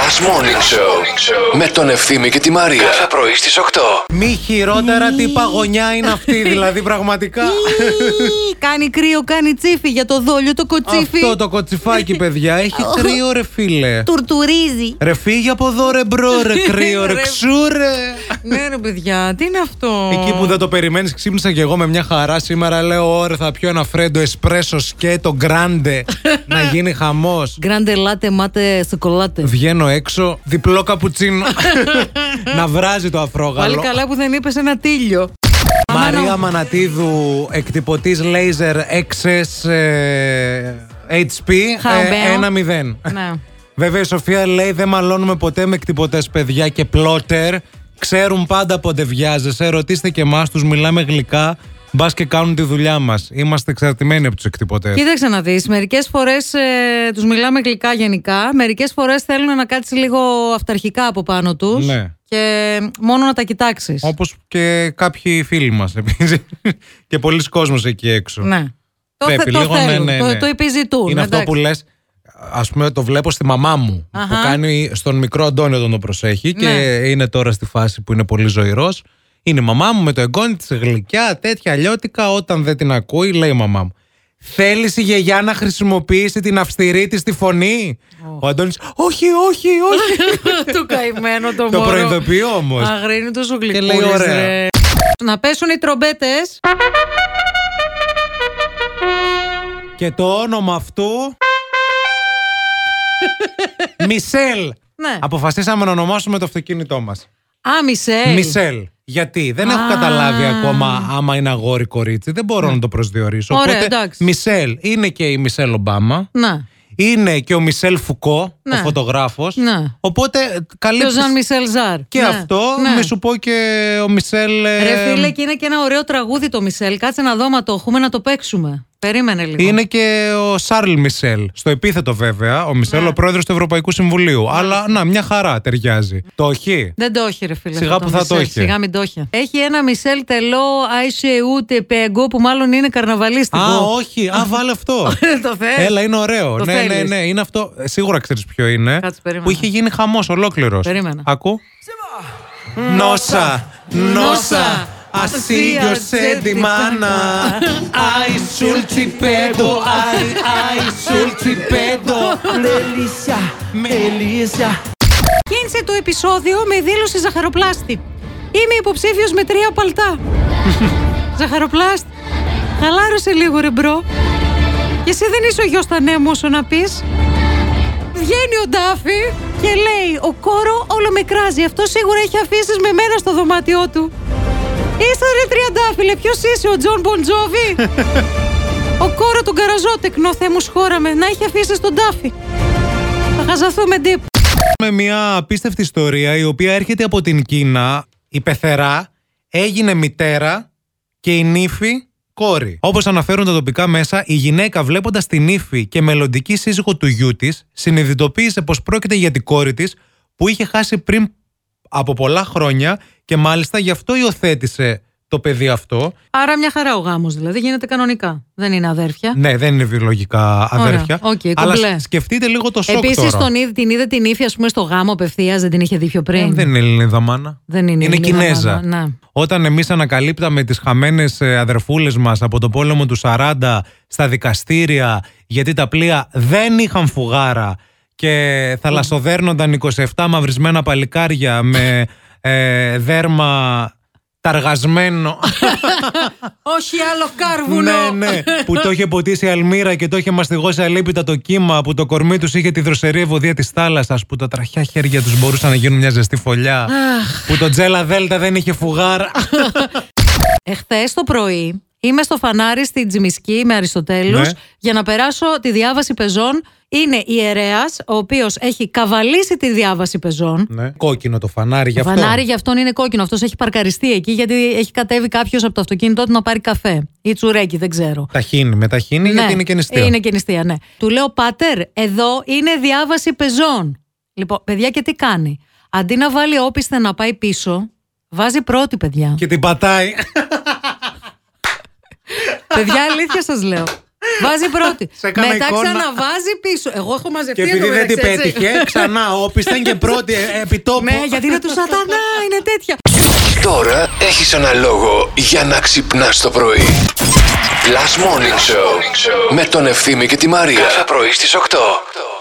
Last Morning Show με τον Ευθύμη και τη Μαρία. Κάθε πρωί στις 8. Μη χειρότερα τι παγωνιά είναι αυτή, δηλαδή πραγματικά. Ή, κάνει κρύο, κάνει τσίφι για το δόλιο, το κοτσίφι. Αυτό το κοτσιφάκι, παιδιά, έχει κρύο ρε φίλε. Τουρτουρίζει. Ρε φύγε από εδώ ρε μπρο ρε κρύο ρε Ρε. ξούρε. ναι, ρε παιδιά, τι είναι αυτό. Ε. Εκεί που δεν το περιμένεις ξύπνησα και εγώ με μια χαρά σήμερα λέω ώρα θα πιω ένα φρέντο εσπρέσο και το γκράντε να γίνει χαμός. Γκράντε λάτε, μάτε, σοκολάτε. Βγαίνω έξω, διπλό καπουτσίνο. να βράζει το Πάλι αφρόγαλο. καλά που δεν είπες ένα τίλιο. Μαρία Μανατίδου, εκτυπωτής laser XS ε, HP Χαμπαίο. ε, 1-0. Ναι. Βέβαια η Σοφία λέει δεν μαλώνουμε ποτέ με εκτυπωτές παιδιά και πλότερ. Ξέρουν πάντα πότε βιάζεσαι. Ρωτήστε και εμάς, τους μιλάμε γλυκά. Μπας και κάνουν τη δουλειά μας. Είμαστε εξαρτημένοι από τους εκτυπωτές. Κοίταξε να δεις. Μερικές φορές ε, τους μιλάμε γλυκά γενικά. Μερικές φορές θέλουν να κάτσει λίγο αυταρχικά από πάνω τους. Ναι. Και μόνο να τα κοιτάξεις. Όπως και κάποιοι φίλοι μας επίσης. και πολλοί κόσμος εκεί έξω. Ναι. Το, θε, Πρέπει το λίγο, ναι, θέλουν, ναι, ναι. το, το επιζητούν. Είναι αυτό εντάξει. που λες. Ας πούμε, το βλέπω στη μαμά μου που Αχα. κάνει στον μικρό Αντώνιο τον το προσέχει και Ναι. είναι τώρα στη φάση που είναι πολύ ζωηρός. Είναι η μαμά μου με το εγγόνι της γλυκιά, τέτοια λιώτικα. Όταν δεν την ακούει, λέει η μαμά μου. Θέλεις η γιαγιά να χρησιμοποιήσει την αυστηρή της τη φωνή. Ο Αντώνης, Όχι, όχι, όχι. το καημένο το το μωρό. προειδοποιεί όμως. Αγρίνει το Και λέει, γλυκούλης ωραία. ρε. Να πέσουν οι τρομπέτες. και το όνομα αυτού. Μισελ. Ναι. Αποφασίσαμε να ονομάσουμε το αυτοκίνητό μας. Α, Μισελ. Μισελ. Γιατί δεν έχω Α. Ναι. καταλάβει ακόμα άμα είναι αγόρι κορίτσι. Δεν μπορώ να το προσδιορίσω. Ωραία, εντάξει. Μισελ είναι και η Μισελ Ομπάμα. Να. Είναι και ο Μισελ Φουκό, ο Ναι. φωτογράφος. Ναι. Οπότε Και ο καλύπτει Ζαν Μισελ Ζαρ. και Ναι. αυτό. Ναι. Μη σου πω και ο Μισελ. ε, Ρε φίλε, και είναι και ένα ωραίο τραγούδι το Μισελ. Κάτσε να δω μα το έχουμε να το παίξουμε. Περίμενε λίγο. Είναι και ο Σάρλ Μισελ. Στο επίθετο, βέβαια, ο Μισελ, Ναι. ο πρόεδρος του Ευρωπαϊκού Συμβουλίου. Αλλά να, μια χαρά ταιριάζει. Το χ. Δεν το έχει, ρε φίλε. Σιγά αυτό που θα το Μισελ. είχε. Σιγά μην το έχει. Έχει ένα Μισελ τελό, άισε ούτε πέγκο, που μάλλον είναι καρναβαλίστικο. Α, όχι. Α, βάλε αυτό. το θες. Έλα, είναι ωραίο. Το ναι, ναι, θέλεις. ναι. Είναι αυτό. Ε, Σίγουρα ξέρεις ποιο είναι. Κάτσε, περίμενα. που είχε γίνει χαμός ολόκληρος. Περίμενα. Ακού. Νόσα, νόσα. Ασίγιο σε τη μάνα. Αϊ σουλ τσιπέντο, αϊ, αϊ σουλ τσιπέντο. Delícia, delícia. Κίνησε το επεισόδιο με δήλωση ζαχαροπλάστη. Είμαι υποψήφιος με τρία παλτά. Ζαχαροπλάστη, χαλάρωσε λίγο ρε μπρο. Και εσύ δεν είσαι ο γιος Τανέμου όσο να πεις. Βγαίνει ο Ντάφη και λέει «Ο κόρο όλο με κράζει, αυτό σίγουρα έχει αφήσει με μένα στο δωμάτιό του». Είσαι ρε τριαντάφυλλε, ποιος είσαι ο Τζον Μποντζόβι. ο κόρο τον καραζότεκνο, Θεέ μου σχόραμε, να έχει αφήσει τον Ντάφη. Θα χαζαθούμε ντύπ. με μια απίστευτη ιστορία η οποία έρχεται από την Κίνα. Η πεθερά έγινε μητέρα και η νύφη κόρη. Όπως αναφέρουν τα τοπικά μέσα, η γυναίκα βλέποντας την νύφη και μελλοντική σύζυγο του γιού της, συνειδητοποίησε πως πρόκειται για την κόρη της που είχε χάσει πριν από πολλά χρόνια και μάλιστα γι' αυτό υιοθέτησε το παιδί αυτό. Άρα μια χαρά ο γάμος δηλαδή. Γίνεται κανονικά. Δεν είναι αδέρφια. Ναι, δεν είναι βιολογικά αδέρφια. οκ, αλλά κομπλέ. σκεφτείτε λίγο το σοκ Επίσης τώρα. την είδε την ύφη, ας πούμε, στο γάμο απευθείας. Δεν την είχε δει πιο πριν. Ε, δεν είναι Ελληνίδα μάνα. Δεν είναι Είναι Ελληνίδα Κινέζα. μάνα, ναι. Όταν εμείς ανακαλύπταμε τις χαμένες αδερφούλες μας από τον πόλεμο του 40 στα δικαστήρια, γιατί τα πλοία δεν είχαν φουγάρα και θαλασσοδέρνονταν 27 μαυρισμένα παλικάρια με ε, δέρμα ταργασμένο. Όχι άλλο ναι, κάρβουνο. ναι. που το είχε ποτίσει η αλμύρα και το είχε μαστιγώσει αλίπητα το κύμα, που το κορμί τους είχε τη δροσερή ευωδία της θάλασσας, που τα τραχιά χέρια τους μπορούσαν να γίνουν μια ζεστή φωλιά, που το τζέλα δέλτα δεν είχε φουγάρα. Εχθές το πρωί είμαι στο φανάρι στην Τζιμισκή με Αριστοτέλους Ναι. για να περάσω τη διάβαση πεζών. Είναι ιερέα, ο οποίος έχει καβαλήσει τη διάβαση πεζών. Ναι. Κόκκινο το φανάρι γι' Το αυτό. φανάρι για αυτόν είναι κόκκινο. Αυτός έχει παρκαριστεί εκεί γιατί έχει κατέβει κάποιος από το αυτοκίνητό του να πάρει καφέ. Ή τσουρέκι, δεν ξέρω. Ταχύνει, μεταχύνει γιατί είναι και νηστεία. Ναι. Είναι και νηστεία, ναι. Του λέω, Πάτερ, εδώ είναι διάβαση πεζών. Λοιπόν, παιδιά και τι κάνει. Αντί να βάλει όπισθεν να πάει πίσω, βάζει πρώτη, παιδιά. Και την πατάει. παιδιά, αλήθεια σας λέω. Βάζει πρώτη. Σε κάνα Μετά εικόνα. ξαναβάζει πίσω. Εγώ έχω μαζευτεί Και επειδή εδώ δεν την μεταξύ, έτσι. πέτυχε, ξανά όπισθεν και πρώτη ε, επί τόπου. Ναι, γιατί είναι του σατανά, είναι τέτοια. Τώρα έχεις ένα λόγο για να ξυπνάς το πρωί. Last Morning Show με τον Ευθύμη και τη Μαρία. Κάθε πρωί στις 8.